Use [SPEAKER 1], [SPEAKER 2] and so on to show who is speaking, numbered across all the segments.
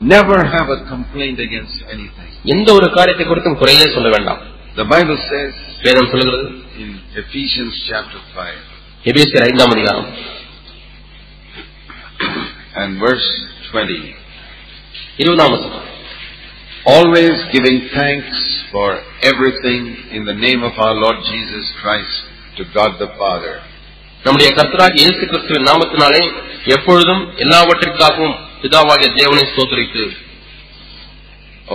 [SPEAKER 1] Never have a complaint against anything.
[SPEAKER 2] எந்த ஒரு காரியத்தை குறித்தும் குறையே சொல்ல வேண்டாம்
[SPEAKER 1] The Bible says
[SPEAKER 2] வேதம் சொல்லுகிறது
[SPEAKER 1] in Ephesians chapter 5
[SPEAKER 2] எபேசியர் ஐந்தாம் அதிகாரம்
[SPEAKER 1] and verse 20.
[SPEAKER 2] இருபதாம் வசனம்
[SPEAKER 1] Always giving thanks for everything in the name of our Lord Jesus Christ to God the Father.
[SPEAKER 2] நம்முடைய கர்த்தராக இயேசு கிறிஸ்துவின் நாமத்தினாலே எப்பொழுதும் எல்லாவற்றிற்காகவும் பிதாவாகிய தேவனை ஸ்தோத்திரித்து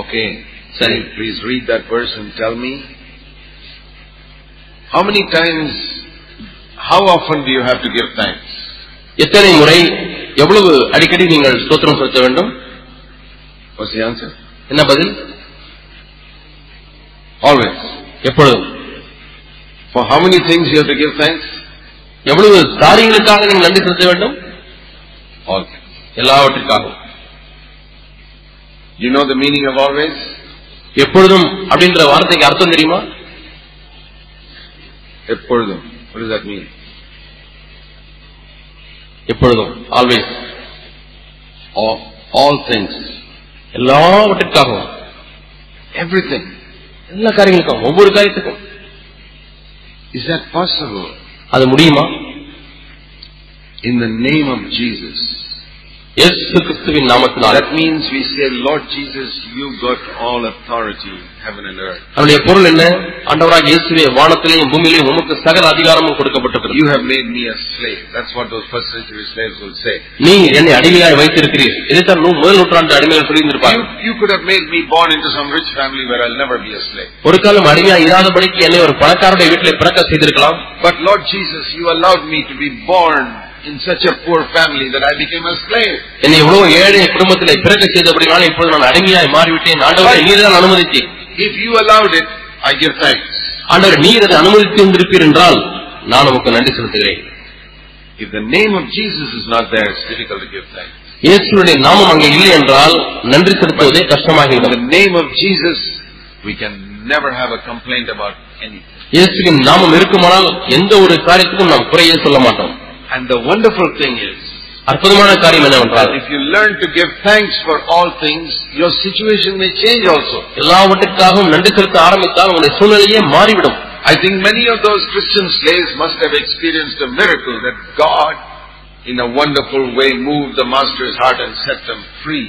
[SPEAKER 1] Okay.
[SPEAKER 2] Sorry.
[SPEAKER 1] Can you Please read that verse and tell me. How many times, how often do you have to give thanks?
[SPEAKER 2] எத்தனை முறை எவ்வளவு அடிக்கடி நீங்கள் ஸ்தோத்திரம் செலுத்த வேண்டும்
[SPEAKER 1] What's the answer?
[SPEAKER 2] என்ன பதில்
[SPEAKER 1] Always.
[SPEAKER 2] எப்பொழுதும்
[SPEAKER 1] For how many things you have to give thanks?
[SPEAKER 2] எவ்வளவு காரியங்களுக்காக நீங்கள் நன்றி செலுத்த வேண்டும்
[SPEAKER 1] All.
[SPEAKER 2] எல்லாவற்றிற்காகவும்
[SPEAKER 1] You know the meaning of always?
[SPEAKER 2] எப்பொழுதும் அப்படின்ற வார்த்தைக்கு அர்த்தம் தெரியுமா
[SPEAKER 1] Eppozhum. What does that mean?
[SPEAKER 2] எப்பொழுதும் ஆல்வேஸ்
[SPEAKER 1] All, all things.
[SPEAKER 2] எல்லாவற்றிற்காகவும்
[SPEAKER 1] Everything.
[SPEAKER 2] எல்லா காரியங்களுக்கும் ஒவ்வொரு காரியத்துக்கும்
[SPEAKER 1] Is that possible?
[SPEAKER 2] அது முடியுமா
[SPEAKER 1] In the name of Jesus.
[SPEAKER 2] இயேசு கிறிஸ்துவின் நாமத்தினாலே
[SPEAKER 1] That means we say, Lord Jesus, you got all authority in heaven and earth.
[SPEAKER 2] அவருடைய பொருள் என்ன ஆண்டவராக இயேசுவே வானத்திலேயும் பூமியிலேயும் உமக்கு சகல அதிகாரமும் கொடுக்கப்பட்டிருக்கிறது
[SPEAKER 1] You have made me a slave. That's what those first century slaves will say.
[SPEAKER 2] நீ என்னை அடிமையாய் வைத்திருக்கிறீர் இதைத்தான் நூ- முதல் நூற்றாண்டு அடிமைகள் சொல்லியிருந்திருப்பாங்க
[SPEAKER 1] You, you could have made me born into some rich family where I'll never be a slave.
[SPEAKER 2] ஒரு காலம் அடிமையா இராதபடிக்கு என்னை ஒரு பணக்காரருடைய வீட்டிலே பிறக்க செய்திருக்கலாம்
[SPEAKER 1] But Lord Jesus, you allowed me to be born in such a poor family that I became a slave.
[SPEAKER 2] என்னை இவ்வளவு ஏழை குடும்பத்திலே பிறக்க செய்தபடினால இப்போது நான் அடிமையாய் மாறிவிட்டேன் ஆண்டவரை நீர்தான் அனுமதித்தீர்
[SPEAKER 1] If you allowed it, I give thanks.
[SPEAKER 2] ஆண்டவர் நீர் அதை அனுமதித்து இருந்திருப்பீர் என்றால் நான் உமக்கு நன்றி செலுத்துகிறேன்
[SPEAKER 1] If the name of Jesus is not there, it's difficult to give thanks.
[SPEAKER 2] இயேசுடைய நாமம் அங்கே இல்லை என்றால் நன்றி செலுத்துவதே
[SPEAKER 1] In
[SPEAKER 2] கஷ்டமாகிவிடும்
[SPEAKER 1] the name of Jesus, we can never have a complaint about anything.
[SPEAKER 2] இயேசுவின் நாமம் இருக்குமானால் எந்த ஒரு காரியத்துக்கும் நாம் குறையே சொல்ல மாட்டோம்
[SPEAKER 1] And the wonderful thing is,
[SPEAKER 2] அற்புதமான காரியம்
[SPEAKER 1] But
[SPEAKER 2] என்னவென்றால்
[SPEAKER 1] if you learn to give thanks for all things, your situation may change also.
[SPEAKER 2] எல்லாவற்றிற்காகவும் நன்றி செலுத்த ஆரம்பித்தால் உங்களுடைய சூழ்நிலையே மாறிவிடும்
[SPEAKER 1] I think many of those Christian slaves must have experienced a miracle that God, in a wonderful way, moved the master's heart and set them free.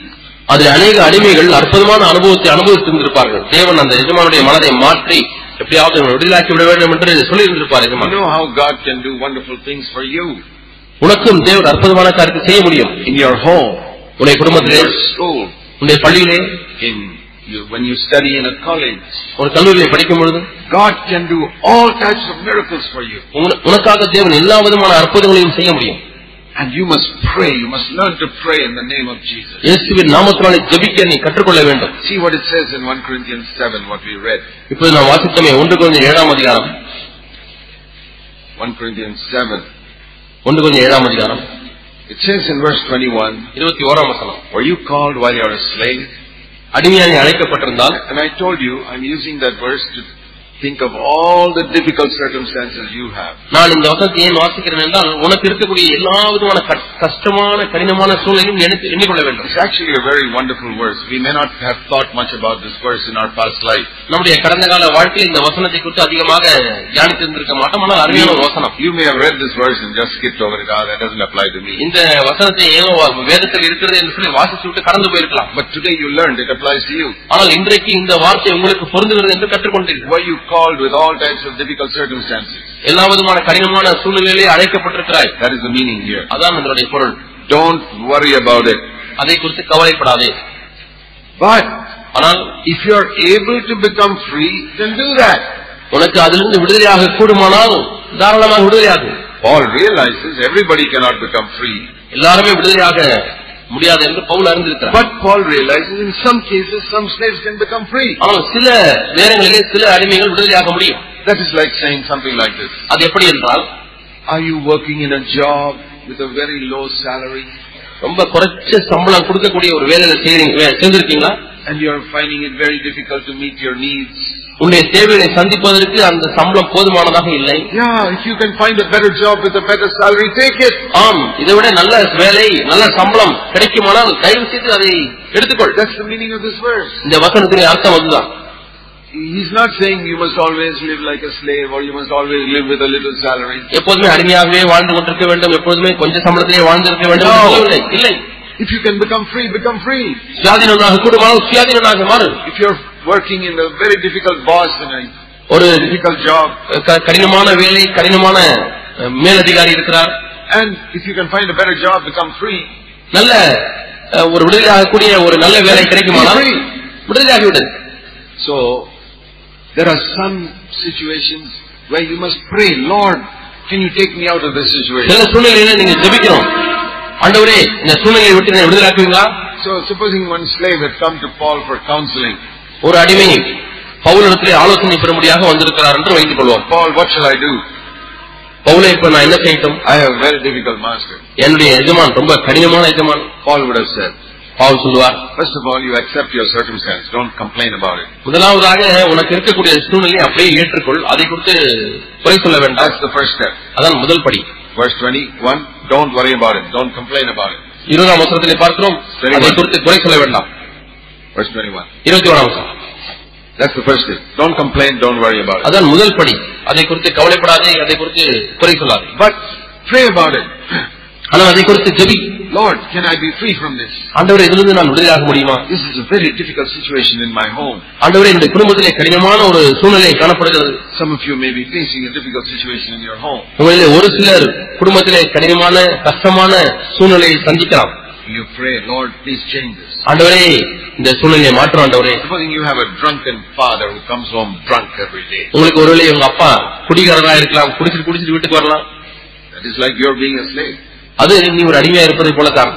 [SPEAKER 2] அதில் அநேக அடிமைகள் அற்புதமான அனுபவத்தை அனுபவித்திருந்திருப்பார்கள் தேவன் அந்த எஜமானுடைய மனதை மாற்றி எப்படியாவது இவனை விடுதலாக்கி விட வேண்டும் என்று சொல்லியிருந்திருப்பார்
[SPEAKER 1] You
[SPEAKER 2] எஜமான்
[SPEAKER 1] know how God can do wonderful things for you
[SPEAKER 2] உனக்கும் தேவன் அற்புதமான காரியத்தை செய்ய முடியும்
[SPEAKER 1] in your home,
[SPEAKER 2] உன்னுடைய
[SPEAKER 1] in
[SPEAKER 2] குடும்பத்திலே
[SPEAKER 1] your school,
[SPEAKER 2] உன்னுடைய பள்ளியிலே
[SPEAKER 1] in you, when you study in a college.
[SPEAKER 2] ஒரு கல்லூரியிலே படிக்கும் பொழுது
[SPEAKER 1] God can do all types of miracles for you.
[SPEAKER 2] உன- உனக்காக தேவன் எல்லா விதமான அற்புதங்களையும் செய்ய முடியும்
[SPEAKER 1] And you must pray. You must learn to pray in the name of Jesus.
[SPEAKER 2] இயேசுவின் நாமத்தினாலே ஜெபிக்க நீ கற்றுக்கொள்ள வேண்டும்
[SPEAKER 1] See what it says in 1 Corinthians 7, what we read.
[SPEAKER 2] இப்போது நாம் வாசித்தமே ஒன்று கொஞ்சம் ஏழாம் அதிகாரம்
[SPEAKER 1] 1 Corinthians 7.
[SPEAKER 2] ஒன்று கொஞ்சம் ஏழாம் அதிகாரம்
[SPEAKER 1] It says in verse 21,
[SPEAKER 2] இருபத்தி ஓராம் வசனம்
[SPEAKER 1] Were you called while you're a slave?
[SPEAKER 2] அடிமையாக நீ அழைக்கப்பட்டிருந்தால்
[SPEAKER 1] And I told you, I'm using that verse to think of all the difficult circumstances you have.
[SPEAKER 2] நான் இந்த வசனத்தை ஏன் வாசிக்கிறேன் என்றால் உனக்கு இருக்கக்கூடிய எல்லா விதமான கஷ்- கஷ்டமான கடினமான சூழலையும் நினைத்து எண்ணிக்கொள்ள வேண்டும்
[SPEAKER 1] It's actually a very wonderful verse. We may not have thought much about this verse in our past life.
[SPEAKER 2] நம்முடைய கடந்த கால வாழ்க்கையில் இந்த வசனத்தை குறித்து அதிகமாக தியானித்திருந்திருக்க மாட்டோம் ஆனால் அருமையான ஒரு வசனம்
[SPEAKER 1] You may have read this verse and just skipped over it. Ah, that doesn't apply to me.
[SPEAKER 2] இந்த வசனத்தை ஏதோ வேதத்தில் இருக்கிறது என்று சொல்லி வாசித்து விட்டு கடந்து போயிருக்கலாம்
[SPEAKER 1] But today you learned it applies to you.
[SPEAKER 2] ஆனால் இன்றைக்கு இந்த வார்த்தை உங்களுக்கு பொருந்துகிறது என்று கற்றுக்கொண்டீர்கள்
[SPEAKER 1] Were you called with all types of difficult circumstances?
[SPEAKER 2] எல்லா விதமான கடினமான சூழ்நிலையிலே அழைக்கப்பட்டிருக்கிறாய்
[SPEAKER 1] That is the meaning here.
[SPEAKER 2] அதான் இதனுடைய பொருள்
[SPEAKER 1] Don't worry about it.
[SPEAKER 2] அதை குறித்து கவலைப்படாதே
[SPEAKER 1] But
[SPEAKER 2] ஆனால்
[SPEAKER 1] If you are able to become free, then do that.
[SPEAKER 2] உனக்கு அதிலிருந்து விடுதலையாக கூடுமானால் தாராளமாக விடுதலையாகும்
[SPEAKER 1] Paul realizes everybody cannot become free.
[SPEAKER 2] எல்லாருமே விடுதலையாக முடியாது என்று பவுல் அறிந்திருக்கிறார்
[SPEAKER 1] But Paul realizes in some cases some slaves can become free.
[SPEAKER 2] ஆனால் சில நேரங்களிலே சில அடிமைகள் விடுதலையாக முடியும்
[SPEAKER 1] That is like saying something like this.
[SPEAKER 2] அது எப்படி என்றால்
[SPEAKER 1] Are you working in a job with a very low salary?
[SPEAKER 2] ரொம்ப குறைச்ச சம்பளம் கொடுக்கக்கூடிய ஒரு வேலையில செய்றீங்க- வே- சேர்ந்திருக்கீங்களா
[SPEAKER 1] and you are finding it very difficult to meet your needs.
[SPEAKER 2] உன்னுடைய தேவைகளை சந்திப்பதற்கு அந்த சம்பளம் போதுமானதாக இல்லை
[SPEAKER 1] Yeah, if you can find a better job with a better salary, take it.
[SPEAKER 2] ஆம் இதை விட நல்ல வேலை நல்ல சம்பளம் கிடைக்குமானால் தயவு செய்து அதை எடுத்துக்கொள்
[SPEAKER 1] That's the meaning of this verse.
[SPEAKER 2] இந்த வசனத்தின் அர்த்தம் அதுதான்
[SPEAKER 1] He's not saying you must always live like a slave or you must always live with a little salary.
[SPEAKER 2] எப்போதுமே அடிமையாகவே வாழ்ந்து கொண்டிருக்க வேண்டும் எப்போதுமே கொஞ்ச சம்பளத்திலே வாழ்ந்திருக்க வேண்டும் என்று சொல்லவில்லை. இல்லை
[SPEAKER 1] If you can become free, become free.
[SPEAKER 2] சுயாதீனனாக கூடுமானால் சுயாதீனனாக மாறு
[SPEAKER 1] If you're working in a very difficult boss and a
[SPEAKER 2] ஒரு
[SPEAKER 1] difficult job,
[SPEAKER 2] க- கடினமான வேலை கடினமான அஹ், மேலதிகாரி இருக்கிறார்
[SPEAKER 1] and if you can find a better job, become free.
[SPEAKER 2] நல்ல அஹ், ஒரு விடுதலையாகக்கூடிய ஒரு நல்ல வேலை கிடைக்குமானால்
[SPEAKER 1] Free.
[SPEAKER 2] விடுதலையாகிவிடு
[SPEAKER 1] So, there are some situations where you must pray, Lord, can you take me out of this situation?
[SPEAKER 2] சில சூழ்நிலையில நீங்க ஜெபிக்கிறோம் ஆண்டவரே இந்த சூழ்நிலையை விட்டு என்னை விடுதலாக்குவீங்களா
[SPEAKER 1] So, supposing one slave had come to Paul for counseling.
[SPEAKER 2] ஒரு அடிமை பவுலிடத்திலே ஆலோசனை பெறும்படியாக வந்திருக்கிறார் என்று வைத்துக் கொள்வோம்
[SPEAKER 1] Paul, what shall I do?
[SPEAKER 2] பவுலை இப்ப நான் என்ன செய்யட்டும்
[SPEAKER 1] I have a very difficult master.
[SPEAKER 2] என்னுடைய எஜமான் ரொம்ப கடினமான எஜமான்
[SPEAKER 1] Paul would have said,
[SPEAKER 2] பாவல் சொல்லுவார்
[SPEAKER 1] first of all, you accept your circumstance. Don't complain about it.
[SPEAKER 2] முதலாவதாக உனக்கு இருக்கக்கூடிய சூழ்நிலையை அப்படியே ஏற்றுக்கொள் அதை குறித்து குறை சொல்ல வேண்டாம்
[SPEAKER 1] That's the first step.
[SPEAKER 2] அதான் முதல் படி
[SPEAKER 1] Verse 21, don't worry about it. Don't complain about it.
[SPEAKER 2] இருபதாம் வசனத்திலே பார்க்கிறோம்
[SPEAKER 1] சரி,
[SPEAKER 2] அதை
[SPEAKER 1] வாங்க.
[SPEAKER 2] குறித்து குறை சொல்ல வேண்டாம்
[SPEAKER 1] Verse 21.
[SPEAKER 2] இருபத்தி ஓராம் வசனம்
[SPEAKER 1] That's the first thing. Don't complain, don't worry about it.
[SPEAKER 2] அதான் முதல் படி அதை குறித்து கவலைப்படாதே அதை குறித்து குறை சொல்லாதே
[SPEAKER 1] But pray about it.
[SPEAKER 2] ஆனால் அதை குறித்து ஜெபி
[SPEAKER 1] Lord, can I be free from this?
[SPEAKER 2] ஆண்டவரே இதிலிருந்து நான் விடுதலையாக முடியுமா
[SPEAKER 1] This is a very difficult situation in my home.
[SPEAKER 2] ஆண்டவரே இந்த குடும்பத்திலே கடினமான ஒரு சூழ்நிலை காணப்படுகிறது
[SPEAKER 1] Some of you may be facing a difficult situation in your home.
[SPEAKER 2] உங்களிலே ஒரு சிலர் குடும்பத்திலே கடினமான கஷ்டமான சூழ்நிலையை சந்திக்கலாம்
[SPEAKER 1] You pray, Lord, please change this.
[SPEAKER 2] ஆண்டவரே இந்த சூழ்நிலையை மாற்றும் ஆண்டவரே
[SPEAKER 1] Supposing you have a drunken father who comes home drunk every day.
[SPEAKER 2] உங்களுக்கு ஒருவேளை உங்க அப்பா குடிகாரரா இருக்கலாம் குடிச்சிட்டு குடிச்சிட்டு வீட்டுக்கு வரலாம்
[SPEAKER 1] That is like you're being a slave.
[SPEAKER 2] அது நீ ஒரு அடிமையா இருப்பதை போலதான்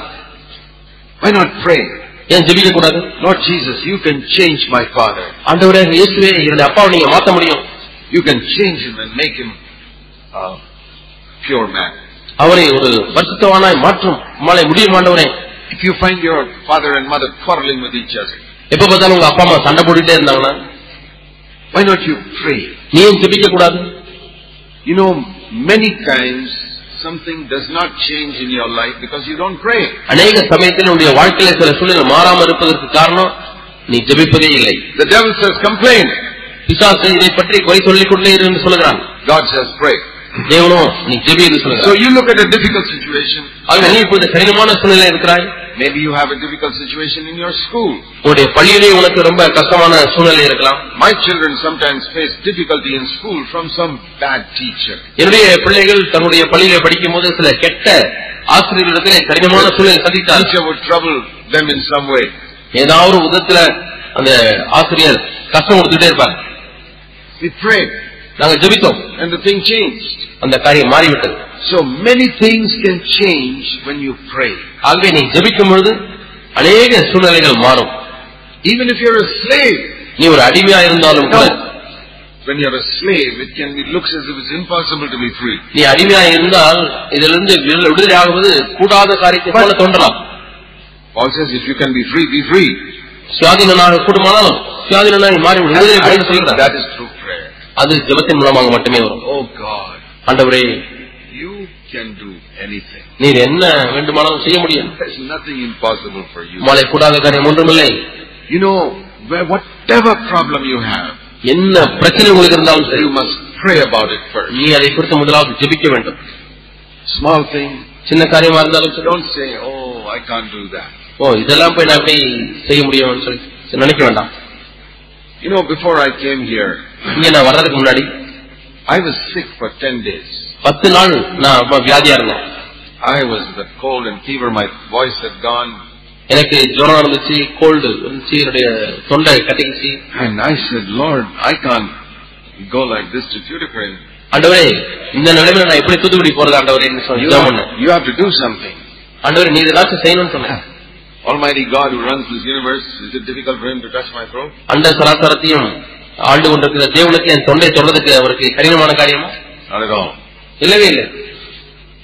[SPEAKER 1] Why not pray?
[SPEAKER 2] ஏன் ஜெபிக்க கூடாது
[SPEAKER 1] Lord Jesus, you can change my father.
[SPEAKER 2] ஆண்டவரே இயேசுவே என்னுடைய அப்பாவை நீங்க மாத்த முடியும்
[SPEAKER 1] You can change him and make him a pure man.
[SPEAKER 2] அவரை ஒரு பரிசுத்தவானாய் மாற்றும் உமாலை முடியும் ஆண்டவரே
[SPEAKER 1] If you find your father and mother quarreling with each other,
[SPEAKER 2] எப்ப பார்த்தாலும் உங்க அப்பா அம்மா சண்டை போட்டுட்டே இருந்தாங்கன்னா
[SPEAKER 1] why not you pray?
[SPEAKER 2] நீ ஏன் ஜெபிக்க கூடாது
[SPEAKER 1] You know, many times something does not change in your life because you don't pray.
[SPEAKER 2] அநேக சமயத்தில் உன்னுடைய வாழ்க்கையில சில சூழ்நிலை மாறாம இருப்பதற்கு காரணம் நீ ஜெபிப்பதே இல்லை
[SPEAKER 1] The devil says, complain.
[SPEAKER 2] பிசாசு இதை பற்றி குறை சொல்லிக் கொண்டே இரு என்று சொல்லுகிறான்
[SPEAKER 1] God says, pray.
[SPEAKER 2] தேவனோ நீ ஜெபி என்று
[SPEAKER 1] So
[SPEAKER 2] சொல்லுகிறான்
[SPEAKER 1] you look at a difficult situation.
[SPEAKER 2] ஆகவே நீ இப்பொழுது கடினமான சூழ்நிலை இருக்கிறாய்
[SPEAKER 1] Maybe you have a difficult situation in your school.
[SPEAKER 2] உன்னுடைய பள்ளியிலே உனக்கு ரொம்ப கஷ்டமான சூழ்நிலை இருக்கலாம்
[SPEAKER 1] My children sometimes face difficulty in school from some bad teacher.
[SPEAKER 2] என்னுடைய பிள்ளைகள் தன்னுடைய பள்ளியில படிக்கும் போது சில கெட்ட ஆசிரியர்களிடத்திலே கடினமான சூழ்நிலை
[SPEAKER 1] The
[SPEAKER 2] சந்தித்தார்
[SPEAKER 1] teacher would trouble them in some way.
[SPEAKER 2] ஏதாவது ஒரு விதத்துல அந்த ஆசிரியர் கஷ்டம் கொடுத்துட்டே இருப்பார்
[SPEAKER 1] We prayed
[SPEAKER 2] நாங்க ஜெபித்தோம்
[SPEAKER 1] and the thing changed.
[SPEAKER 2] அந்த காரியம் மாறிவிட்டது
[SPEAKER 1] So many things can change when you pray.
[SPEAKER 2] ஆகவே நீ ஜெபிக்கும் பொழுது அநேக சூழ்நிலைகள் மாறும்
[SPEAKER 1] Even if you're a slave.
[SPEAKER 2] நீ ஒரு அடிமையா இருந்தாலும் கூட
[SPEAKER 1] No. When you're a slave, it can it looks as if it's impossible to be free.
[SPEAKER 2] நீ அடிமையா இருந்தால் இதிலிருந்து விடுதலை- விடுதலையாகுவது கூடாத காரியத்தை போல தோன்றலாம்
[SPEAKER 1] Paul says, if you can be free, be free.
[SPEAKER 2] சுயாதீனாக கூடுமானாலும் சுயாதீனாக மாறி விடுதலை
[SPEAKER 1] I
[SPEAKER 2] பெறுன்னு
[SPEAKER 1] think
[SPEAKER 2] சொல்கிறார்
[SPEAKER 1] that is through prayer.
[SPEAKER 2] அது ஜெபத்தின் மூலமாக மட்டுமே வரும்
[SPEAKER 1] Oh God,
[SPEAKER 2] ஆண்டவரே
[SPEAKER 1] you can do anything.
[SPEAKER 2] நீர் என்ன வேண்டுமானாலும் செய்ய முடியும்
[SPEAKER 1] There's nothing impossible for you.
[SPEAKER 2] மாலை கூடாத காரியம் ஒன்றுமில்லை
[SPEAKER 1] You know, where- whatever problem you have,
[SPEAKER 2] என்ன பிரச்சனை உங்களுக்கு இருந்தாலும் சரி
[SPEAKER 1] you must pray about it first.
[SPEAKER 2] நீ அதை குறித்து முதலாவது ஜெபிக்க வேண்டும்
[SPEAKER 1] Small thing.
[SPEAKER 2] சின்ன காரியமா இருந்தாலும் சரி
[SPEAKER 1] Don't say, oh, I can't do that.
[SPEAKER 2] ஓ இதெல்லாம் போய் நான் எப்படி செய்ய முடியும்னு சொல்லி நினைக்க வேண்டாம்
[SPEAKER 1] You know, before I came here,
[SPEAKER 2] இங்க நான் வர்றதுக்கு முன்னாடி
[SPEAKER 1] I was sick for 10 days.
[SPEAKER 2] பத்து நாள் நான் ரொம்ப வியாதியா இருந்தேன்
[SPEAKER 1] I was with a cold and fever. My voice had gone.
[SPEAKER 2] எனக்கு ஜுரம் இருந்துச்சு கோல்டு இருந்துச்சு என்னுடைய தொண்டை கட்டிக்கிச்சு
[SPEAKER 1] And I said, Lord, I can't go like this to Tuticorin.
[SPEAKER 2] ஆண்டவரே இந்த நிலைமையில நான் எப்படி தூத்துக்குடி போறது ஆண்டவரேன்னு சொல்லி
[SPEAKER 1] You,
[SPEAKER 2] ஜெபம் பண்ணேன்
[SPEAKER 1] you have to do something.
[SPEAKER 2] ஆண்டவரே நீ ஏதாச்சும் செய்யணும்னு சொன்னேன்
[SPEAKER 1] Almighty God who runs this universe, is it difficult for him to touch my throat?
[SPEAKER 2] அண்ட சராசரத்தையும் ஆண்டு கொண்டிருக்கிற தேவனுக்கு என் தொண்டை சொல்றதுக்கு அவருக்கு கடினமான காரியமா
[SPEAKER 1] Not at all.
[SPEAKER 2] இல்லவே இல்லை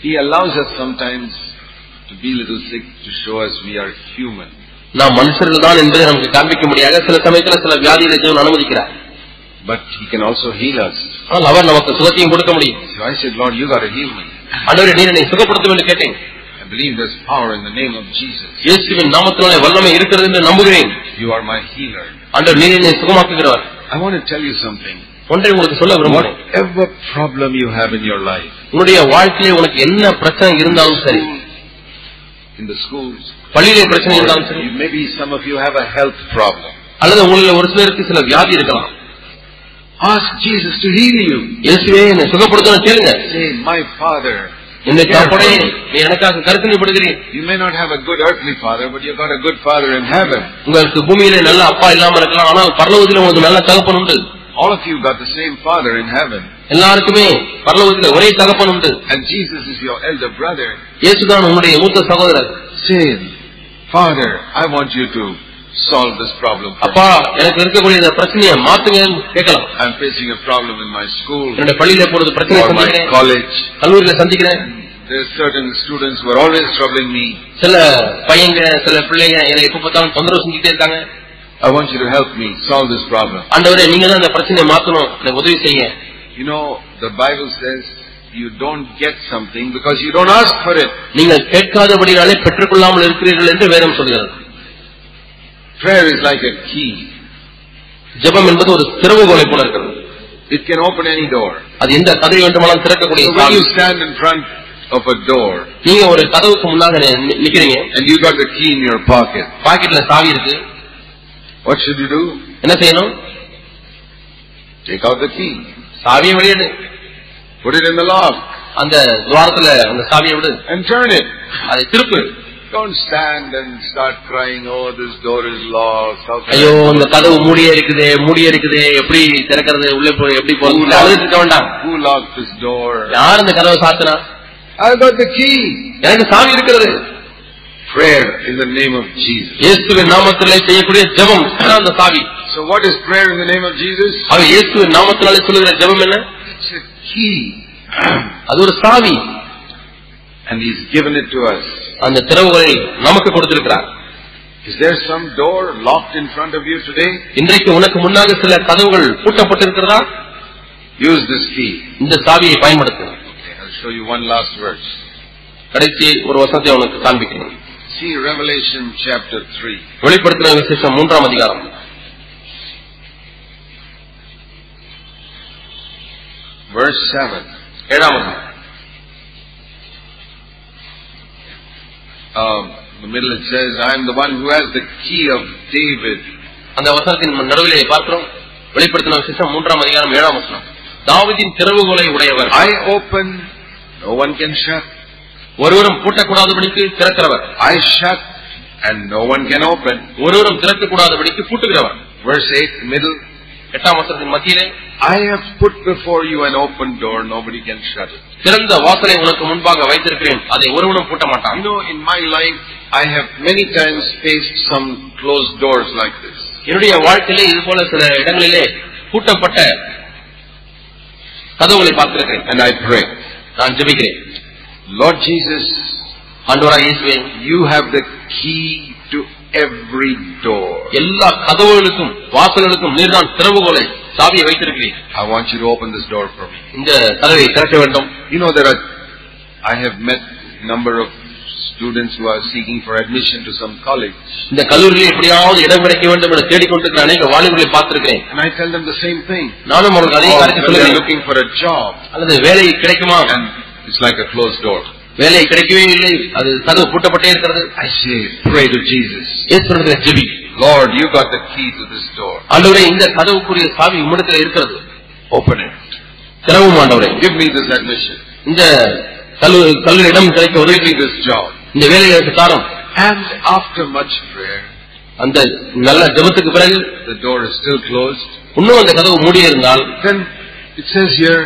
[SPEAKER 1] He allows us sometimes to be a little sick to show us we are human.
[SPEAKER 2] நாம் மனுஷர்கள் தான் என்பதை நமக்கு காண்பிக்கும்படியாக சில சமயத்துல சில வியாதிகளை தேவன் அனுமதிக்கிறார்
[SPEAKER 1] But He can also heal us.
[SPEAKER 2] ஆனால் அவர் நமக்கு சுகத்தையும் கொடுக்க முடியும்
[SPEAKER 1] So I said, Lord, you gotta heal me.
[SPEAKER 2] ஆண்டவரே நீர் என்னை சுகப்படுத்தும் என்று கேட்டேன்
[SPEAKER 1] I believe there's power in the name of Jesus.
[SPEAKER 2] இயேசுவின் நாமத்தினாலே வல்லமை இருக்கிறது என்று நம்புகிறேன்
[SPEAKER 1] You are my healer.
[SPEAKER 2] ஆண்டவர் நீர் என்னை சுகமாக்குகிறவர்
[SPEAKER 1] I want to tell you something.
[SPEAKER 2] ஒன்றை உங்களுக்கு சொல்ல விரும்புகிறேன்
[SPEAKER 1] Whatever problem you have in your life,
[SPEAKER 2] உன்னுடைய வாழ்க்கையிலே உனக்கு என்ன பிரச்சனை இருந்தாலும் சரி
[SPEAKER 1] in the schools,
[SPEAKER 2] பள்ளியிலே பிரச்சனை இருந்தாலும் சரி
[SPEAKER 1] or maybe some of you have a health problem,
[SPEAKER 2] அல்லது உங்களில் ஒரு சிலருக்கு சில வியாதி இருக்கலாம்
[SPEAKER 1] ask Jesus to heal you.
[SPEAKER 2] இயேசுவே என்னை சுகப்படுத்தணும் கேளுங்க
[SPEAKER 1] Say, My Father,
[SPEAKER 2] என்னை தப்படே நீ எனக்காக கருத்தினைப்படுகிறேன்
[SPEAKER 1] you may not have a good earthly father, but you've got a good father in heaven.
[SPEAKER 2] உங்களுக்கு பூமியிலே நல்ல அப்பா இல்லாம இருக்கலாம் ஆனால் பரலோகத்தில் உங்களுக்கு நல்ல தகப்பன் உண்டு
[SPEAKER 1] All of you got the same father in heaven.
[SPEAKER 2] எல்லாருக்குமே பரலோகத்தில் ஒரே தகப்பன் உண்டு
[SPEAKER 1] And Jesus is your elder brother.
[SPEAKER 2] இயேசுதான் உன்னுடைய மூத்த சகோதரர்
[SPEAKER 1] Say, Father, I want you to solve this problem. for me.
[SPEAKER 2] அப்பா எனக்கு இருக்கக்கூடிய இந்த பிரச்சனையை மாத்துங்கன்னு கேட்கலாம்
[SPEAKER 1] I'm facing a problem in my school
[SPEAKER 2] என்னுடைய பள்ளியில போறது பிரச்சனை
[SPEAKER 1] or Oh my
[SPEAKER 2] சந்திக்கிறேன்
[SPEAKER 1] college.
[SPEAKER 2] கல்லூரியில சந்திக்கிறேன்
[SPEAKER 1] There's certain students who are always troubling me.
[SPEAKER 2] சில பையங்க சில பிள்ளைங்க என்னை எப்ப பார்த்தாலும் தொந்தரவு செஞ்சுட்டே இருக்காங்க
[SPEAKER 1] I want you to help me solve this problem.
[SPEAKER 2] ஆண்டவரே நீங்க தான் இந்த பிரச்சனையை மாத்தணும் எனக்கு உதவி செய்யுங்க
[SPEAKER 1] You know, the Bible says you don't get something because you don't ask for it.
[SPEAKER 2] நீங்கள் கேட்காதபடினாலே பெற்றுக்கொள்ளாமல் இருக்கிறீர்கள் என்று வேதம் சொல்கிறது
[SPEAKER 1] Prayer is like a key.
[SPEAKER 2] ஜெபம் என்பது ஒரு திறவுகோலை போல இருக்கிறது
[SPEAKER 1] It can open any door.
[SPEAKER 2] அது எந்த கதவை வேண்டுமானாலும் திறக்கக்கூடிய
[SPEAKER 1] So when
[SPEAKER 2] சாவி.
[SPEAKER 1] you stand in front of a door
[SPEAKER 2] நீங்க ஒரு கதவுக்கு முன்னாக நி- நிக்கிறீங்க
[SPEAKER 1] and you got the key in your pocket,
[SPEAKER 2] பாக்கெட்ல சாவி இருக்கு
[SPEAKER 1] what should you do?
[SPEAKER 2] என்ன செய்யணும்
[SPEAKER 1] Take out the key.
[SPEAKER 2] சாவியை வெளியிடு
[SPEAKER 1] Put it in the lock
[SPEAKER 2] அந்த துவாரத்துல அந்த சாவியை விடு
[SPEAKER 1] and turn it.
[SPEAKER 2] அதை திருப்பு
[SPEAKER 1] Don't stand and start crying, oh, this door is locked. How can I
[SPEAKER 2] ஐயோ இந்த கதவு மூடியே இருக்குதே மூடியே இருக்குதே எப்படி திறக்கிறது உள்ளே போய் எப்படி போறது நீங்க அழுதுட்டு இருக்க வேண்டாம்
[SPEAKER 1] Who locked this door?
[SPEAKER 2] யார் இந்த கதவை சாத்தினா
[SPEAKER 1] I got the key.
[SPEAKER 2] எனக்கு சாவி இருக்கிறது
[SPEAKER 1] Prayer in the name of Jesus.
[SPEAKER 2] இயேசுவின் நாமத்திலே செய்யக்கூடிய ஜெபம் அதான் அந்த சாவி
[SPEAKER 1] So what is prayer in the name of Jesus?
[SPEAKER 2] ஆக இயேசுவின் நாமத்தினாலே சொல்லுகிற ஜெபம் என்ன
[SPEAKER 1] It's a key.
[SPEAKER 2] அது ஒரு சாவி
[SPEAKER 1] and He's given it to us.
[SPEAKER 2] அந்த திறவுகளை நமக்கு கொடுத்திருக்கிறார்
[SPEAKER 1] Is there some door locked in front of you today?
[SPEAKER 2] இன்றைக்கு உனக்கு முன்னாக சில கதவுகள் பூட்டப்பட்டிருக்கிறதா
[SPEAKER 1] Use this key.
[SPEAKER 2] இந்த சாவியை பயன்படுத்து
[SPEAKER 1] Okay, I'll show you one last verse.
[SPEAKER 2] கடைசி ஒரு வசனத்தை உனக்கு காண்பிக்கிறேன்
[SPEAKER 1] See Revelation chapter 3.
[SPEAKER 2] வெளிப்படுத்தின விசேஷம் மூன்றாம் அதிகாரம்
[SPEAKER 1] Verse 7.
[SPEAKER 2] ஏழாம் வசனம்.
[SPEAKER 1] Um, the middle it says, I am the one who has the key of David.
[SPEAKER 2] அந்த வசனத்தின் நடுவிலே பார்க்கிறோம் வெளிப்படுத்தின விசேஷம் மூன்றாம் அதிகாரம் ஏழாம் வசனம் தாவீதின் திறவுகோலை உடையவர்
[SPEAKER 1] I open, no one can shut.
[SPEAKER 2] ஒருவரும் பூட்டக்கூடாதபடிக்கு திறக்கிறவர்
[SPEAKER 1] I shut, and no one can open.
[SPEAKER 2] ஒருவரும் திறக்கக்கூடாதபடிக்கு பூட்டுகிறவர்
[SPEAKER 1] Verse 8, middle.
[SPEAKER 2] எட்டாம் வசனத்தின் மத்தியிலே
[SPEAKER 1] I have put before you an open door, nobody can shut it.
[SPEAKER 2] திறந்த வாசலை உனக்கு முன்பாக வைத்திருக்கிறேன் அதை ஒருவனும் பூட்ட மாட்டான்
[SPEAKER 1] You know, in my life, I have many times faced some closed doors like this.
[SPEAKER 2] என்னுடைய வாழ்க்கையிலே இது போல சில இடங்களிலே பூட்டப்பட்ட கதவுகளை பார்த்திருக்கிறேன்
[SPEAKER 1] And I pray,
[SPEAKER 2] நான் ஜெபிக்கிறேன்
[SPEAKER 1] Lord Jesus,
[SPEAKER 2] ஆண்டவராக இயேசுவே
[SPEAKER 1] you have the key to every door.
[SPEAKER 2] எல்லா கதவுகளுக்கும் வாசல்களுக்கும் நீர்தான் திறவுகோலை சாவியை வைத்திருக்கிறேன்
[SPEAKER 1] I want you to open this door for me.
[SPEAKER 2] இந்த கதவை திறக்க வேண்டும்
[SPEAKER 1] You know, there are, I have met number of students who are seeking for admission to some college.
[SPEAKER 2] இந்த கல்லூரியில் எப்படியாவது இடம் கிடைக்க வேண்டும் என்று தேடிக்கொண்டிருக்கிற அநேக வாலிபர்களை பார்த்திருக்கிறேன்
[SPEAKER 1] And I tell them the same thing.
[SPEAKER 2] நானும் அவர்களுக்கு அதே
[SPEAKER 1] Or
[SPEAKER 2] காரியத்தை
[SPEAKER 1] when they're
[SPEAKER 2] சொல்லுகிறேன்
[SPEAKER 1] looking for a job,
[SPEAKER 2] அல்லது வேலை கிடைக்குமா
[SPEAKER 1] and it's like a closed door.
[SPEAKER 2] வேலை கிடைக்கவே இல்லை அது கதவு பூட்டப்பட்டே இருக்கிறது
[SPEAKER 1] I say, pray to Jesus.
[SPEAKER 2] இயேசுடைய ஜெபி
[SPEAKER 1] Lord, you got the key to this door.
[SPEAKER 2] ஆண்டவரே இந்த கதவுக்குரிய சாவி உம்மிடத்தில் இருக்கிறது
[SPEAKER 1] Open it.
[SPEAKER 2] திறவும் ஆண்டவரே
[SPEAKER 1] Give me this admission.
[SPEAKER 2] இந்த கல்லூரி கல்லூரி இடம் கிடைக்க உதவி
[SPEAKER 1] Give me
[SPEAKER 2] செய்யுங்க.
[SPEAKER 1] this job.
[SPEAKER 2] இந்த வேலையை எனக்கு தாரும்
[SPEAKER 1] And after much prayer,
[SPEAKER 2] அந்த நல்ல ஜெபத்துக்கு பிறகு
[SPEAKER 1] the door is still closed.
[SPEAKER 2] இன்னும் அந்த கதவு மூடியே இருந்தால்
[SPEAKER 1] Then it says here,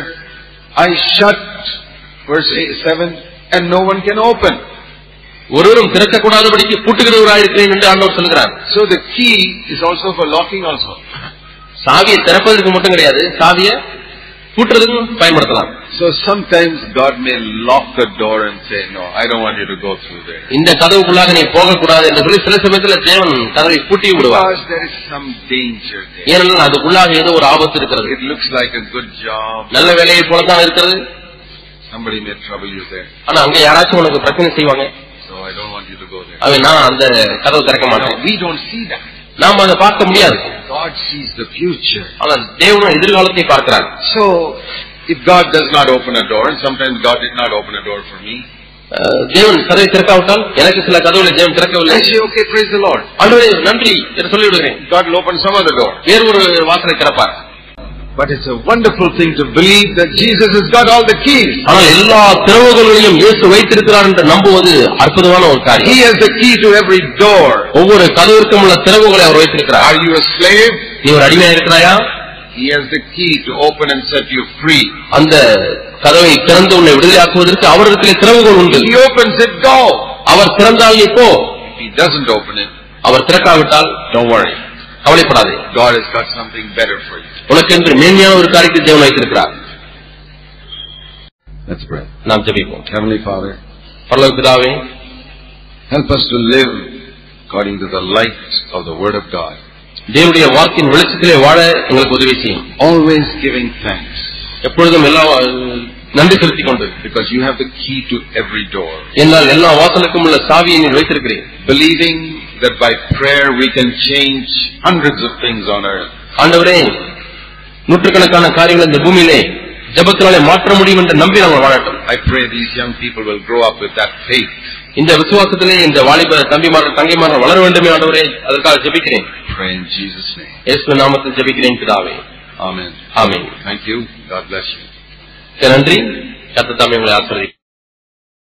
[SPEAKER 1] I shut, verse eight, 7, and no one can open.
[SPEAKER 2] ஒருவரும் திறக்கக்கூடாதபடிக்கு பூட்டுகிறவராயிருக்கிறேன் என்று ஆண்டவர் சொல்கிறார்
[SPEAKER 1] So the key is also for locking also.
[SPEAKER 2] சாவியை திறப்பதற்கு மட்டும் கிடையாது சாவியை பூட்டுறதுக்கும் பயன்படுத்தலாம்
[SPEAKER 1] So sometimes God may lock the door and say, no, I don't want you to go through there.
[SPEAKER 2] இந்த கதவுக்குள்ளாக நீ போகக்கூடாது என்று சொல்லி சில சமயத்துல தேவன் கதவை பூட்டி விடுவார்
[SPEAKER 1] Because there is some danger there.
[SPEAKER 2] ஏனென்றால் அதுக்குள்ளாக ஏதோ ஒரு ஆபத்து இருக்கிறது
[SPEAKER 1] It looks like a good job.
[SPEAKER 2] நல்ல வேலையை போலத்தான் இருக்கிறது
[SPEAKER 1] Somebody may trouble you there.
[SPEAKER 2] ஆனா அங்க யாராச்சும் உனக்கு பிரச்சனை செய்வாங்க
[SPEAKER 1] So I don't want you to go there.
[SPEAKER 2] அவன் நான் அந்த கதவு திறக்க மாட்டேன்
[SPEAKER 1] Now, we don't see that.
[SPEAKER 2] நாம் அதை பார்க்க முடியாது
[SPEAKER 1] God sees the future.
[SPEAKER 2] ஆனா தேவன் எதிர்காலத்தை பார்க்கிறார்
[SPEAKER 1] So, if God does not open a door, and sometimes God did not open a door for me,
[SPEAKER 2] அஹ், தேவன் கதவை திறக்காவிட்டால் எனக்கு சில கதவுகளை தேவன் திறக்கவில்லை
[SPEAKER 1] I say, okay, praise the Lord.
[SPEAKER 2] ஆண்டவரே நன்றி என்று சொல்லிவிடுகிறேன்
[SPEAKER 1] God will open some other door.
[SPEAKER 2] வேறு ஒரு வாசலை திறப்பார்
[SPEAKER 1] But it's a wonderful thing to believe that Jesus has got all the keys.
[SPEAKER 2] ஆனால் எல்லா திறவுகளையும் இயேசு வைத்திருக்கிறார் என்று நம்புவது அற்புதமான ஒரு காரியம்
[SPEAKER 1] He has the key to every door.
[SPEAKER 2] ஒவ்வொரு கதவிற்கும் உள்ள திறவுகளை அவர் வைத்திருக்கிறார்
[SPEAKER 1] Are you a slave?
[SPEAKER 2] நீ ஒரு அடிமையா இருக்கிறாயா
[SPEAKER 1] He has the key to open and set you free.
[SPEAKER 2] அந்த கதவை திறந்து உன்னை விடுதலையாக்குவதற்கு அவரிடத்திலே திறவுகோல் உண்டு
[SPEAKER 1] If he opens it, go.
[SPEAKER 2] அவர் திறந்தால் நீ போ
[SPEAKER 1] If he doesn't open it,
[SPEAKER 2] our திறக்காவிட்டால்
[SPEAKER 1] don't worry.
[SPEAKER 2] கவலைப்படாதே
[SPEAKER 1] God has got something better for you.
[SPEAKER 2] உனக்கென்று மேன்மையான ஒரு காரியத்தை தேவன் வைத்திருக்கிறார்
[SPEAKER 1] Let's pray.
[SPEAKER 2] நாம் ஜெபிப்போம்
[SPEAKER 1] Heavenly Father,
[SPEAKER 2] பரலோக பிதாவே
[SPEAKER 1] help us to live according to the light of the Word of God.
[SPEAKER 2] தேவனுடைய வார்த்தையின் வெளிச்சத்திலே வாழ எங்களுக்கு உதவி செய்யும்
[SPEAKER 1] Always giving thanks
[SPEAKER 2] எப்பொழுதும் எல்லா அஹ், நன்றி செலுத்திக் கொண்டு
[SPEAKER 1] because you have the key to every door.
[SPEAKER 2] என்னால் எல்லா வாசலுக்கும் உள்ள சாவியை நீர் வைத்திருக்கிறேன்
[SPEAKER 1] Believing that by prayer we can change hundreds of things on earth.
[SPEAKER 2] ஆண்டவரே நூற்றுக்கணக்கான காரியங்களை இந்த பூமியிலே ஜெபத்தினாலே மாற்ற முடியும் என்ற நம்பி நாங்கள் வாழட்டும்
[SPEAKER 1] I pray these young people will grow up with that faith.
[SPEAKER 2] இந்த விசுவாசத்திலே இந்த வாலிப தம்பிமார்கள் தங்கைமார்கள் வளர வேண்டுமே ஆண்டவரே அதற்காக ஜெபிக்கிறேன்
[SPEAKER 1] Pray in Jesus' name.
[SPEAKER 2] இயேசு நாமத்தில் ஜெபிக்கிறேன் பிதாவே
[SPEAKER 1] Amen.
[SPEAKER 2] Amen
[SPEAKER 1] Thank you. God bless you.
[SPEAKER 2] நன்றி கர்த்தர் தாமே உங்களை ஆசீர்வதிப்பார்